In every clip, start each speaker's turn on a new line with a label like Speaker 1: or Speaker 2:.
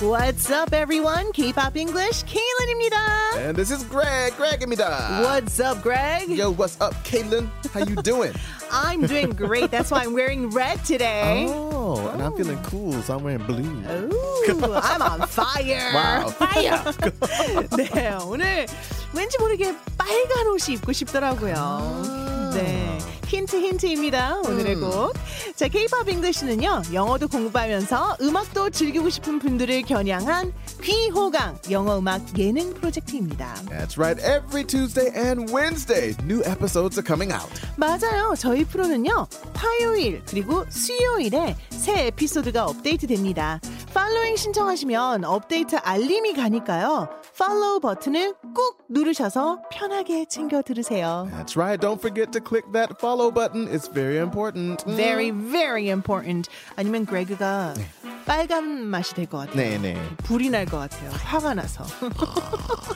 Speaker 1: What's up, everyone? K-pop English Kaylin입니다.
Speaker 2: And this is Greg, Greg입니다.
Speaker 1: What's up, Greg?
Speaker 2: Yo, what's up, Caitlin? How you doing?
Speaker 1: I'm doing great. That's why I'm wearing red today.
Speaker 2: oh, and I'm feeling cool, so I'm wearing blue.
Speaker 1: Oh, Ooh, I'm on fire.
Speaker 2: Oh. Wow.
Speaker 1: fire. 네, 오늘 왠지 모르게 빨간 옷이 입고 싶더라고요. 네. 힌트 힌트입니다. 오늘의
Speaker 2: 음.
Speaker 1: 곡. 자, K-pop English는요. 영어도 공부하면서 음악도 즐기고 싶은 분들을 겨냥한 귀호강 영어 음악 예능 프로젝트입니다.
Speaker 2: That's right, every Tuesday and Wednesday, new episodes are coming out.
Speaker 1: 맞아요. 저희 프로는요. 화요일 그리고 수요일에 새 에피소드가 업데이트됩니다. 팔로잉 신청하시면 업데이트 알림이 가니까요. 팔로우 버튼을 꾹 누르셔서 편하게 챙겨 들으세요.
Speaker 2: That's right, don't forget to click that follow button, it's very important. Mm. 음.
Speaker 1: Very very important. 아니면 그레그가 빨간 맛이 될 것 같아요.
Speaker 2: 네, 네.
Speaker 1: 불이 날 것 같아요. 화가 나서.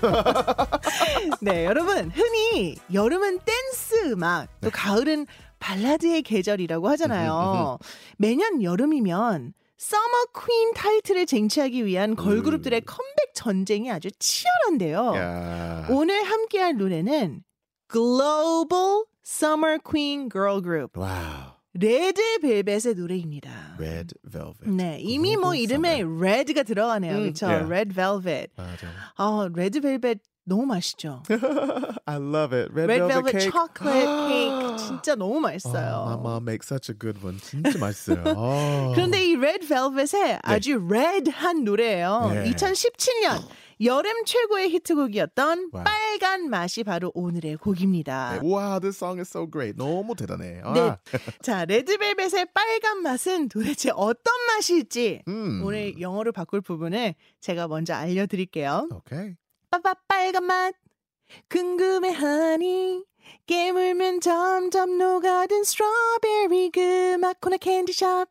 Speaker 1: 네, 여러분 흔히 여름은 댄스 음악, 또 가을은 발라드의 계절이라고 하잖아요. 매년 여름이면 서머 퀸 타이틀을 쟁취하기 위한 걸그룹들의 컴백 전쟁이 아주 치열한데요.
Speaker 2: 야.
Speaker 1: 오늘 함께할 노래는 글로벌 서머 퀸 걸그룹
Speaker 2: Wow,
Speaker 1: 레드벨벳의 노래입니다.
Speaker 2: red velvet.
Speaker 1: 네, 이미 뭐
Speaker 2: Global
Speaker 1: 이름에 red가
Speaker 2: 음.
Speaker 1: 들어가네요. 그렇죠?
Speaker 2: yeah.
Speaker 1: red velvet.
Speaker 2: 맞아.
Speaker 1: 어, 레드벨벳 너무 맛있죠.
Speaker 2: I love it. Red,
Speaker 1: Red
Speaker 2: velvet,
Speaker 1: velvet
Speaker 2: cake. 아.
Speaker 1: chocolate cake 진짜 너무
Speaker 2: Oh, my
Speaker 1: 맛있어요.
Speaker 2: mom makes such a good one. 진짜 맛있어요. 어.
Speaker 1: 그런데 이 Red Velvet의 아주 red한 노래예요.
Speaker 2: 네.
Speaker 1: 2017년 여름 최고의 히트곡이었던
Speaker 2: 와.
Speaker 1: 빨간 맛이 바로 오늘의 곡입니다.
Speaker 2: Wow, this song is so great. 너무 대단해. 아.
Speaker 1: 네. 자, 레드벨벳의 빨간 맛은 도대체 어떤 맛일지
Speaker 2: 음.
Speaker 1: 오늘 영어로 바꿀 부분을 제가 먼저 알려드릴게요.
Speaker 2: Okay.
Speaker 1: 빠빠 빨간 맛 궁금해하니 깨물면 점점 녹아든 스트로베리 그 맛코나 캔디샵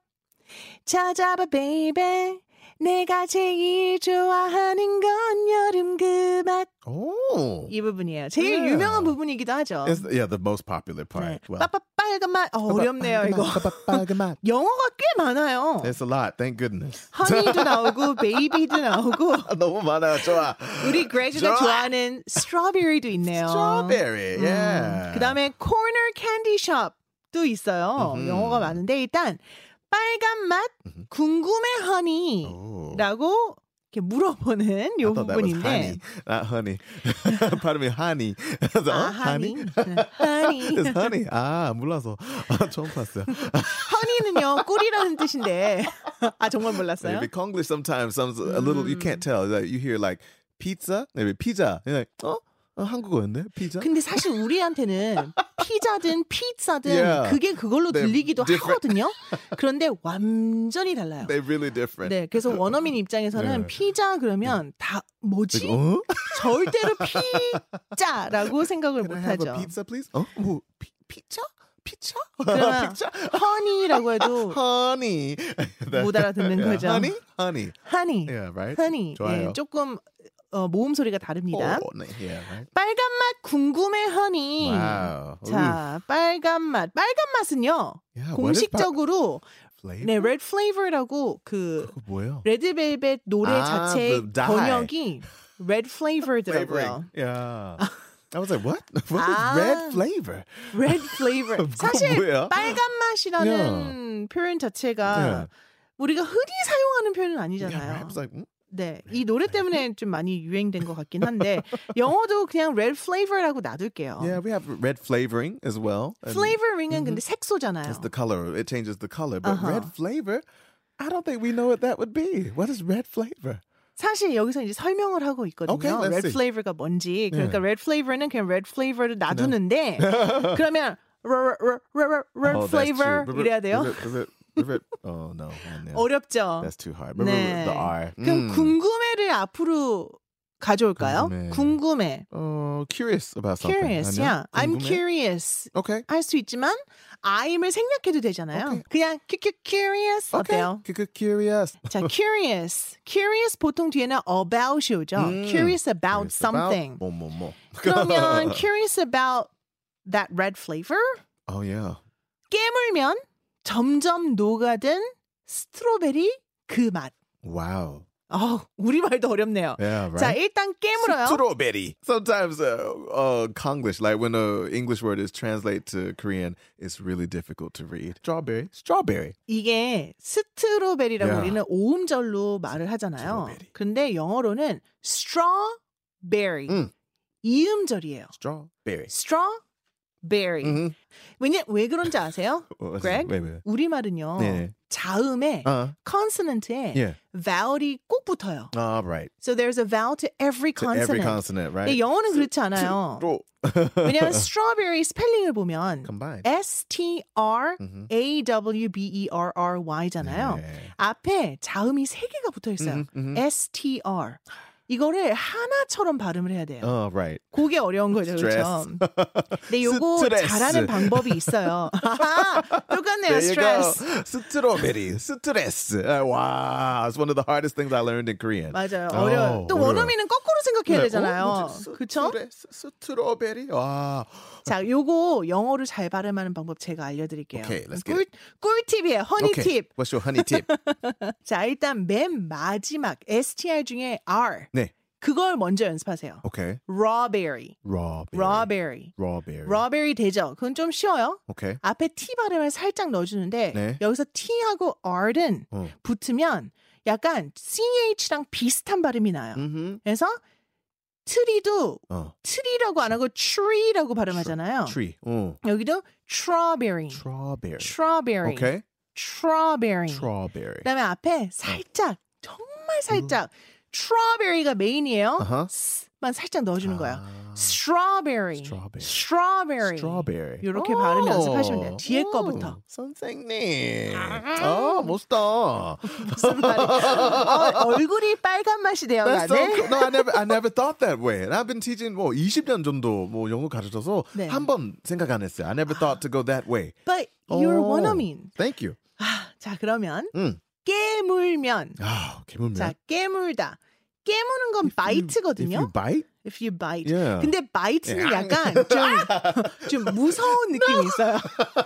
Speaker 1: 찾아봐 베이베 내가 제일 좋아하는 건 여름 그 맛 이
Speaker 2: Oh.
Speaker 1: 부분이에요 제일
Speaker 2: Yeah.
Speaker 1: 유명한 부분이기도 하죠
Speaker 2: It's, yeah, the most popular
Speaker 1: 네.
Speaker 2: part. Well,
Speaker 1: 빠빠 빨간 맛 어, 어렵네요 이거
Speaker 2: 빠빠빠가맛.
Speaker 1: 영어가 꽤 많아요
Speaker 2: It's a lot. Thank goodness.
Speaker 1: 허니도 나오고 베이비도 나오고
Speaker 2: 너무 많아. 좋아.
Speaker 1: 우리 그레그가
Speaker 2: 좋아.
Speaker 1: 좋아하는 스트로베리도 있네요
Speaker 2: Strawberry. Yeah.
Speaker 1: 그 다음에 코너 캔디 샵도 있어요.
Speaker 2: 음흠.
Speaker 1: 영어가 많은데 일단 빨간 맛
Speaker 2: 음흠.
Speaker 1: 궁금해 허니
Speaker 2: Oh.
Speaker 1: 라고 이렇게 물어보는 요
Speaker 2: I thought that was
Speaker 1: 부분인데
Speaker 2: honey, not honey. Pardon me, honey. 그래서,
Speaker 1: 아,
Speaker 2: 어? honey?
Speaker 1: honey. 네, honey.
Speaker 2: It's honey. 아, 몰라서. 아, 처음 봤어요.
Speaker 1: 허니는요 꿀이라는 뜻인데 아 정말 몰랐어요?
Speaker 2: Maybe Konglish sometimes, some a little, you can't tell. Like, you hear like pizza, maybe pizza. You're like, "Oh, 어? 어, 한국어였네? 피자?
Speaker 1: 근데 사실 우리한테는 피자든 피자든
Speaker 2: Yeah.
Speaker 1: 그게 그걸로
Speaker 2: They're
Speaker 1: 들리기도
Speaker 2: different.
Speaker 1: 하거든요. 그런데 완전히 달라요.
Speaker 2: They're really different.
Speaker 1: 네, 그래서 원어민 입장에서는
Speaker 2: 네.
Speaker 1: 피자 그러면 다 뭐지?
Speaker 2: Like, 어?
Speaker 1: 절대로 피자라고 생각을
Speaker 2: Can I have
Speaker 1: 못하죠.
Speaker 2: a pizza, please? "Oh, 어? 뭐, 피, 피자? 피자?
Speaker 1: 그러나
Speaker 2: 피자?
Speaker 1: 허니라고 해도
Speaker 2: honey. 네.
Speaker 1: 못 알아듣는
Speaker 2: Yeah,
Speaker 1: 거죠.
Speaker 2: Honey, honey.
Speaker 1: 허니,
Speaker 2: Yeah, right.
Speaker 1: 허니.
Speaker 2: 예. 좋아요.
Speaker 1: 예, 조금 어, 모음 소리가 다릅니다.
Speaker 2: Oh, 네, yeah, right.
Speaker 1: 빨간 맛 궁금해 허니.
Speaker 2: Wow.
Speaker 1: 자, 빨간 맛. 빨간 맛은요.
Speaker 2: Ooh. yeah, what is pa-
Speaker 1: 공식적으로
Speaker 2: flavor?
Speaker 1: 네, 레드 플레이버라고 그
Speaker 2: 그거 뭐예요?
Speaker 1: 레드벨벳 노래
Speaker 2: 아,
Speaker 1: 자체의
Speaker 2: the dye.
Speaker 1: 번역이 레드 플레이버더라고요.
Speaker 2: Flavoring. Yeah. I was like, what? What is
Speaker 1: 아.
Speaker 2: red flavor?
Speaker 1: Red flavor.
Speaker 2: 그거
Speaker 1: 사실
Speaker 2: 뭐야?
Speaker 1: 빨간 맛이라는 표현 자체가
Speaker 2: Yeah.
Speaker 1: 우리가 흔히 사용하는 표현은
Speaker 2: Yeah, I
Speaker 1: 아니잖아요.
Speaker 2: was like, mm,
Speaker 1: 네, 이 노래 때문에 좀 많이 유행된 것 같긴 한데 영어도 그냥 red flavor라고 놔둘게요.
Speaker 2: yeah, we have red flavoring as well. and
Speaker 1: flavoring은 근데 색소잖아요.
Speaker 2: It's the color. It changes the color. But
Speaker 1: Uh-huh.
Speaker 2: red flavor, I don't think we know what that would be. What is red flavor?
Speaker 1: 사실 여기서 이제 설명을 하고 있거든요.
Speaker 2: Okay, let's
Speaker 1: red
Speaker 2: see. 네.
Speaker 1: flavor가 뭔지. 그러니까 red flavor는 그냥 red flavor로 놔두는데 그러면 r- r- r- r- red
Speaker 2: oh, that's true.
Speaker 1: flavor
Speaker 2: Red-
Speaker 1: 이래야 돼요.
Speaker 2: red- red- red- red- oh, no. Oh, no.
Speaker 1: 어렵죠.
Speaker 2: That's too hard.
Speaker 1: 네.
Speaker 2: The R.
Speaker 1: 그럼
Speaker 2: Mm.
Speaker 1: 궁금해를 앞으로 가져올까요?
Speaker 2: 궁금해.
Speaker 1: 궁금해.
Speaker 2: 어, Oh, curious about something.
Speaker 1: curious. Yeah.
Speaker 2: 아니야?
Speaker 1: I'm
Speaker 2: 궁금해?
Speaker 1: curious.
Speaker 2: Okay.
Speaker 1: 할 수 있지만 I'm을 생략해도 되잖아요.
Speaker 2: Okay.
Speaker 1: 그냥 큐큐 curious 어때요?
Speaker 2: Okay. 그- 그 curious.
Speaker 1: 자, curious. curious 보통 뒤에는 about이 오죠.
Speaker 2: 음.
Speaker 1: curious about
Speaker 2: Curious
Speaker 1: something.
Speaker 2: 뭐, 뭐, 뭐.
Speaker 1: 그러면 curious about that red flavor?
Speaker 2: Oh yeah.
Speaker 1: 깨물면 점점 녹아든 스트로베리 그 맛.
Speaker 2: Wow.
Speaker 1: 아, 우리말도 어렵네요.
Speaker 2: Yeah, right.
Speaker 1: 자, 일단 깨물어요.
Speaker 2: Strawberry. Sometimes uh, uh Konglish, like when a English word is translated to Korean, it's really difficult to read. Strawberry. Strawberry.
Speaker 1: 이게 스트로베리라고
Speaker 2: 야.
Speaker 1: 우리는 오음절로 말을 하잖아요.
Speaker 2: 스트로베리.
Speaker 1: 근데 영어로는 strawberry.
Speaker 2: 음.
Speaker 1: 이음절이에요.
Speaker 2: Strawberry.
Speaker 1: strawberry.
Speaker 2: Mhm.
Speaker 1: 왜냐 왜 그런지 아세요?
Speaker 2: Well, it's-
Speaker 1: Greg? Oh.
Speaker 2: Oh, Wait, wait.
Speaker 1: 우리말은요.
Speaker 2: 네. 예.
Speaker 1: 자음에
Speaker 2: Uh,
Speaker 1: consonant에
Speaker 2: yeah.
Speaker 1: vowel이 꼭 붙어요.
Speaker 2: All right.
Speaker 1: So there's a vowel to every
Speaker 2: 아. To every
Speaker 1: consonant.
Speaker 2: consonant, right?
Speaker 1: 근데 영어는 그렇지 않아요. 왜냐면 strawberry 스펠링을 보면
Speaker 2: Combined.
Speaker 1: S T R
Speaker 2: Mhm.
Speaker 1: A W B E R R Y잖아요.
Speaker 2: Yeah.
Speaker 1: 앞에 자음이 세 개가 붙어 있어요.
Speaker 2: Mhm, mhm.
Speaker 1: STR. 이거를 하나처럼 발음을 해야 돼요.
Speaker 2: All right.
Speaker 1: 그게 어려운 거죠, 그렇죠? 근데 요거
Speaker 2: 스트레스.
Speaker 1: 잘하는 방법이 있어요. 아하, 똑같네요,
Speaker 2: There you go.
Speaker 1: 스트레스.
Speaker 2: Strawberry. Stress. Uh, wow. It's one of the hardest things I learned in Korean.
Speaker 1: 맞아요,
Speaker 2: 어,
Speaker 1: 어려요. 또
Speaker 2: 어려워요.
Speaker 1: 원어민은 거꾸로 생각해야
Speaker 2: 네. 어,
Speaker 1: 되잖아요.
Speaker 2: 뭐지? 스-
Speaker 1: 그쵸?
Speaker 2: 스트레스, 스트로베리. 와.
Speaker 1: 자, 요거 영어로 잘 발음하는 방법 제가 알려드릴게요.
Speaker 2: Okay, let's get
Speaker 1: 꿀, 꿀팁이에요, 허니팁.
Speaker 2: Okay. What's your honey tip?
Speaker 1: 자, 일단 맨 마지막 STR 중에 R.
Speaker 2: 네.
Speaker 1: 그걸 먼저 연습하세요.
Speaker 2: Okay.
Speaker 1: Rawberry,
Speaker 2: Raw berry.
Speaker 1: rawberry.
Speaker 2: Raw berry.
Speaker 1: 러베리 되죠. 그건 좀 쉬워요.
Speaker 2: Okay.
Speaker 1: 앞에 T 발음을 살짝 넣어주는데
Speaker 2: 네.
Speaker 1: 여기서 T하고 R은
Speaker 2: 어.
Speaker 1: 붙으면 약간 CH랑 비슷한 발음이 나요.
Speaker 2: Mm-hmm.
Speaker 1: 그래서 트리도
Speaker 2: 어.
Speaker 1: 트리라고 안 하고 tree라고 발음하잖아요.
Speaker 2: Tree. 어.
Speaker 1: 여기도 strawberry,
Speaker 2: Strawberry.
Speaker 1: strawberry,
Speaker 2: Okay.
Speaker 1: strawberry. 네,
Speaker 2: Strawberry. 어. 음.
Speaker 1: 그다음에 앞에 살짝 정말 살짝 strawberry가 메인이에요.
Speaker 2: Uh-huh.
Speaker 1: 만 살짝 넣어주는 거예요.
Speaker 2: 아.
Speaker 1: strawberry,
Speaker 2: Strawberry.
Speaker 1: strawberry.
Speaker 2: Strawberry.
Speaker 1: 요렇게 발음 연습하시면 돼요. 뒤에
Speaker 2: 오,
Speaker 1: 거부터.
Speaker 2: 선생님. 아, 멋있다.
Speaker 1: 무슨 말이야? 어, 얼굴이 빨간 맛이 돼요,
Speaker 2: That's so
Speaker 1: 나는.
Speaker 2: cool. No, I never, I never thought that way. And I've been teaching 뭐 20년 정도 뭐 영어 가르쳐서
Speaker 1: 네. 아.
Speaker 2: 한 번 생각 안 했어요. I never thought to go that way.
Speaker 1: But you're
Speaker 2: 오.
Speaker 1: 원어민.
Speaker 2: Thank you.
Speaker 1: 아, 자 그러면
Speaker 2: 음.
Speaker 1: 깨물면.
Speaker 2: 아, 개물면.
Speaker 1: 자 깨물다. 깨무는 건
Speaker 2: 음, If you
Speaker 1: bite거든요.
Speaker 2: bite?
Speaker 1: If you bite.
Speaker 2: Yeah.
Speaker 1: 근데 bite는 약간 아! 좀, 좀 무서운 느낌이 있어요.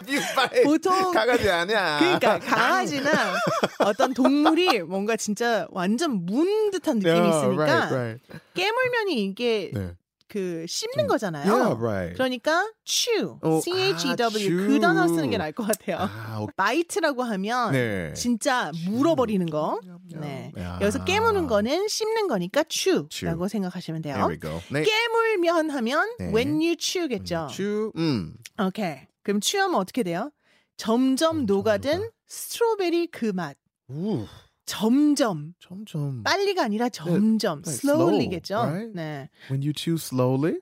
Speaker 2: If you bite.
Speaker 1: 보통-
Speaker 2: 강아지 아니야.
Speaker 1: 그러니까 강아지나 어떤 동물이 뭔가 진짜 완전 문 듯한 느낌이
Speaker 2: Yeah, right,
Speaker 1: 있으니까
Speaker 2: right.
Speaker 1: 깨물면이 이게
Speaker 2: 네.
Speaker 1: 그 씹는
Speaker 2: Yeah,
Speaker 1: 거잖아요.
Speaker 2: right.
Speaker 1: 그러니까 chew,
Speaker 2: 어,
Speaker 1: c h e
Speaker 2: 아,
Speaker 1: w
Speaker 2: chew.
Speaker 1: 그 단어 쓰는 게 나을 것 같아요.
Speaker 2: 아, 오케이.
Speaker 1: 바이트라고 하면
Speaker 2: 네.
Speaker 1: 어,
Speaker 2: 아.
Speaker 1: 진짜 물어버리는 거. 네.
Speaker 2: 야.
Speaker 1: 여기서 깨무는 거는 씹는 거니까 chew라고
Speaker 2: chew.
Speaker 1: 생각하시면
Speaker 2: There
Speaker 1: 돼요.
Speaker 2: we go. 네.
Speaker 1: 깨물면 하면
Speaker 2: 네.
Speaker 1: when you chew겠죠.
Speaker 2: 추, 음.
Speaker 1: 오케이. 그럼 chew하면 어떻게 돼요? 점점
Speaker 2: 점점
Speaker 1: 녹아든
Speaker 2: 녹아.
Speaker 1: 스트로베리 그 맛.
Speaker 2: 우,
Speaker 1: 점점
Speaker 2: 점점.
Speaker 1: 빨리가 아니라 점점
Speaker 2: 네,
Speaker 1: slowly겠죠.
Speaker 2: slow, right?
Speaker 1: 네.
Speaker 2: When you chew slowly,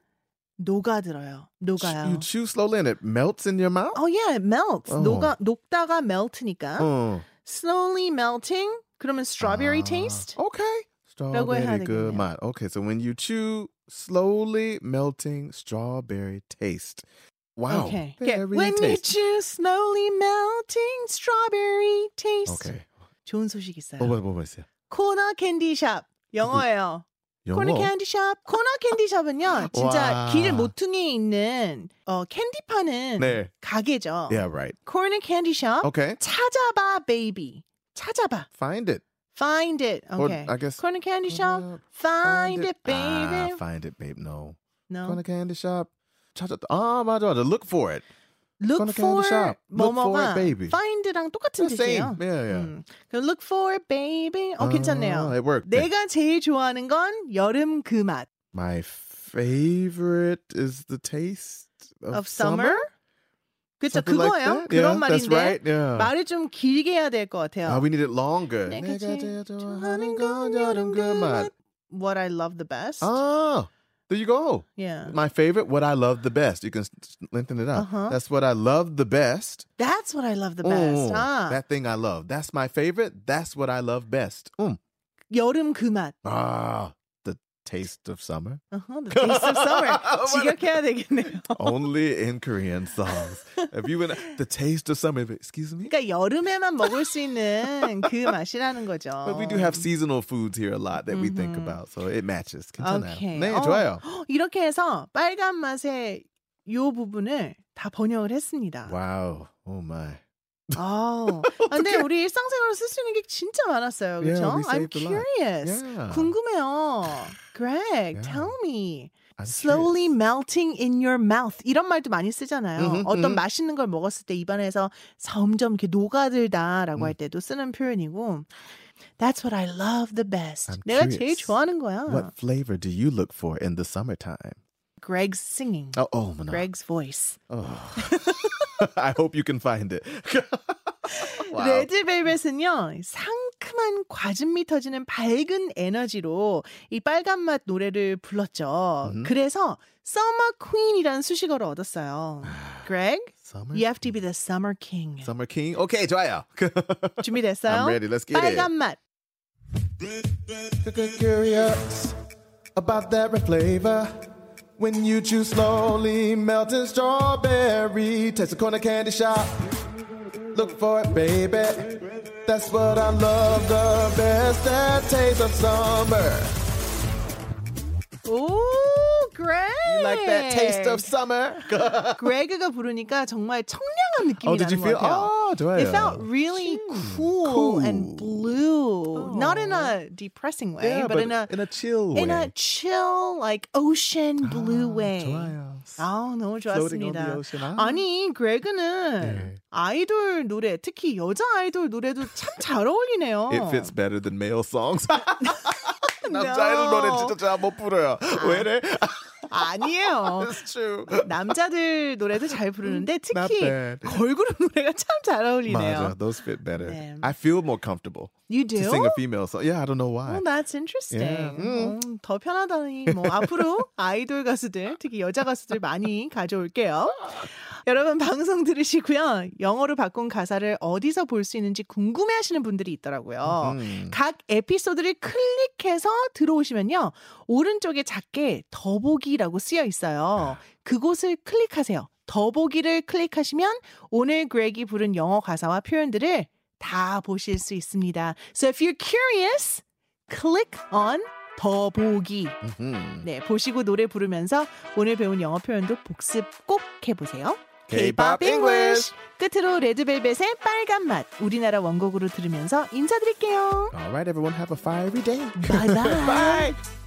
Speaker 1: 녹아들어요. 녹아요.
Speaker 2: you chew slowly and it melts in your mouth.
Speaker 1: Oh yeah, it melts.
Speaker 2: 어.
Speaker 1: 녹아 녹다가 melt니까.
Speaker 2: 어. 아.
Speaker 1: slowly melting. 그러면 strawberry taste?
Speaker 2: Ah, Okay.
Speaker 1: 라고 해야
Speaker 2: Strawberry good
Speaker 1: 되겠네요.
Speaker 2: 맛. Okay, so when you chew slowly melting strawberry taste. Wow.
Speaker 1: Okay. Okay.
Speaker 2: Very
Speaker 1: When you
Speaker 2: taste.
Speaker 1: chew slowly melting strawberry taste.
Speaker 2: Okay. Oh,
Speaker 1: 좋은 소식 있어요.
Speaker 2: 어, 뭐, 뭐, 뭐 있어요?
Speaker 1: 코너 캔디샵 영어예요.
Speaker 2: 영어?
Speaker 1: 코너 캔디샵. 코너 캔디샵은요. 진짜
Speaker 2: 와.
Speaker 1: 길 모퉁이에 있는 어, 캔디 파는
Speaker 2: 네.
Speaker 1: 가게죠.
Speaker 2: Yeah, right.
Speaker 1: 코너 캔디샵.
Speaker 2: Okay.
Speaker 1: 찾아봐 베이비. 찾아봐.
Speaker 2: Find it.
Speaker 1: Find it.
Speaker 2: Or
Speaker 1: Okay.
Speaker 2: I guess
Speaker 1: 코너 캔디 샵.
Speaker 2: Uh,
Speaker 1: Find it, baby.
Speaker 2: Ah, find it, babe. No.
Speaker 1: no.
Speaker 2: Corner candy shop. 찾아. 아, 맞아, 맞아. Ah, Look for it.
Speaker 1: Look
Speaker 2: Corner
Speaker 1: for
Speaker 2: candy shop. Look for
Speaker 1: 뭐뭐가
Speaker 2: it, baby.
Speaker 1: find랑 똑같은
Speaker 2: The same.
Speaker 1: 뜻이에요.
Speaker 2: Yeah, yeah.
Speaker 1: 음, 그럼 look for baby. 어
Speaker 2: 예. 아,
Speaker 1: 괜찮네요.
Speaker 2: it worked.
Speaker 1: 내가 제일 좋아하는 건 여름 그 맛.
Speaker 2: My favorite is the taste of,
Speaker 1: Of summer? 그쵸
Speaker 2: Something like
Speaker 1: 그거예요.
Speaker 2: that?
Speaker 1: 그런
Speaker 2: yeah, That's
Speaker 1: 말인데
Speaker 2: right. 어. Yeah.
Speaker 1: 말을 좀 길게 해야 될 것
Speaker 2: Ah,
Speaker 1: 같아요. 네,
Speaker 2: we need it longer.
Speaker 1: 내가 제일
Speaker 2: 좋아하는 건 여름 그 맛.
Speaker 1: What I love the best.
Speaker 2: Ah, there you go.
Speaker 1: yeah.
Speaker 2: My favorite, what I love the best. You can s- s- lengthen it up.
Speaker 1: Oh. Uh-huh.
Speaker 2: That's what I love the best.
Speaker 1: That's what I love the
Speaker 2: Oh,
Speaker 1: best. 아,
Speaker 2: That thing I love. That's my favorite. That's what I love best. Mm.
Speaker 1: 여름 그 맛.
Speaker 2: Ah, the taste of summer.
Speaker 1: Uh-huh, the taste of summer. 직역해야 되겠네요.
Speaker 2: Only in Korean songs. If you went the taste of summer, excuse me.
Speaker 1: 그러니까 여름에만 먹을 수 있는 그 맛이라는 거죠.
Speaker 2: But we do
Speaker 1: Um,
Speaker 2: have seasonal foods here a lot that we think
Speaker 1: Mhm.
Speaker 2: about, so it matches. 괜찮아요.
Speaker 1: 오케이.
Speaker 2: 네,
Speaker 1: 어,
Speaker 2: 좋아요.
Speaker 1: 이렇게 해서 빨간 맛의 요 부분을 다 번역을 했습니다.
Speaker 2: Wow. Oh my.
Speaker 1: 아, 근데 우리 일상생활로 쓸 수 있는 게 진짜 많았어요.
Speaker 2: Yeah,
Speaker 1: 그렇죠? I'm
Speaker 2: we saved a lot.
Speaker 1: curious.
Speaker 2: Yeah.
Speaker 1: 궁금해요. Greg,
Speaker 2: Yeah.
Speaker 1: tell me.
Speaker 2: I'm
Speaker 1: Slowly melting in your mouth. 이런 말도 많이 쓰잖아요.
Speaker 2: Mhm,
Speaker 1: 어떤
Speaker 2: mhm.
Speaker 1: 맛있는 걸 먹었을 때 입안에서 점점 이렇게 녹아들다라고
Speaker 2: 음.
Speaker 1: 할 때도 쓰는 표현이고. That's what I love the best.
Speaker 2: I'm
Speaker 1: 내가 제일
Speaker 2: curious.
Speaker 1: 좋아하는 거야.
Speaker 2: What flavor do you look for in the summertime?
Speaker 1: Greg's singing.
Speaker 2: Oh, oh, my God.
Speaker 1: Greg's voice.
Speaker 2: I hope you can find it. Wow.
Speaker 1: 레드벨벳은요 상큼한 과즙미 터지는 밝은 에너지로 이 빨간 맛 노래를 불렀죠.
Speaker 2: 음.
Speaker 1: 그래서 Summer Queen이라는 수식어를 얻었어요. Greg,
Speaker 2: 아, Summer,
Speaker 1: you have to be the Summer King.
Speaker 2: summer king. Okay, 좋아요.
Speaker 1: 준비됐어요?
Speaker 2: I'm ready. Let's get it.
Speaker 1: 빨간 맛.
Speaker 2: curious about that flavor. When you chew slowly, melting strawberry. Taste a corner candy shop. Look for it, baby. That's what I love the best. That taste of summer.
Speaker 1: 오, Greg.
Speaker 2: You like that taste of summer?
Speaker 1: Greg가 부르니까 정말 청량한 느낌이
Speaker 2: Oh, did you
Speaker 1: 나는 것
Speaker 2: feel?
Speaker 1: 같아요.
Speaker 2: Oh, do I?
Speaker 1: It felt really cool, and blue. Not in a depressing way,
Speaker 2: Yeah,
Speaker 1: but, in a
Speaker 2: in a chill way.
Speaker 1: in a chill like ocean blue way.
Speaker 2: 아, 좋아요.
Speaker 1: 아 너무
Speaker 2: Floating on the
Speaker 1: 좋았습니다.
Speaker 2: ocean. 아.
Speaker 1: 아니 그레그는
Speaker 2: 네.
Speaker 1: 아이돌 노래 특히 여자 아이돌 노래도 참 잘 어울리네요.
Speaker 2: It fits better than male songs. 남자 아이돌 노래
Speaker 1: no.
Speaker 2: 진짜 잘못 불어요. 왜래?
Speaker 1: 아니에요.
Speaker 2: It's true.
Speaker 1: 남자들 노래도 잘 부르는데 특히
Speaker 2: Not bad.
Speaker 1: 걸그룹 노래가 참 잘 어울리네요.
Speaker 2: 맞아, those fit better.
Speaker 1: 네.
Speaker 2: I feel more comfortable
Speaker 1: You do?
Speaker 2: to sing a female song. Yeah, I don't know
Speaker 1: Well,
Speaker 2: why.
Speaker 1: Oh, that's interesting.
Speaker 2: Yeah. Mm.
Speaker 1: 음, 더 편하다니. 뭐 앞으로 아이돌 가수들, 특히 여자 가수들 많이 가져올게요. 여러분 방송 들으시고요. 영어로 바꾼 가사를 어디서 볼 수 있는지 궁금해하시는 분들이 있더라고요.
Speaker 2: 음.
Speaker 1: 각 에피소드를 클릭해서 들어오시면요. 오른쪽에 작게 더보기라고 쓰여
Speaker 2: 아.
Speaker 1: 있어요. 그곳을 클릭하세요. 더보기를 클릭하시면 오늘 그렉이 부른 영어 가사와 표현들을 다 보실 수 있습니다. So if you're curious, click on 더보기.
Speaker 2: 음.
Speaker 1: 네, 보시고 노래 부르면서 오늘 배운 영어 표현도 복습 꼭 해보세요.
Speaker 2: K-pop English.
Speaker 1: 끝으로 레드벨벳의 빨간 맛 우리나라 원곡으로 들으면서 인사드릴게요.
Speaker 2: All right, everyone, have a fiery day.
Speaker 1: Bye bye.
Speaker 2: Bye.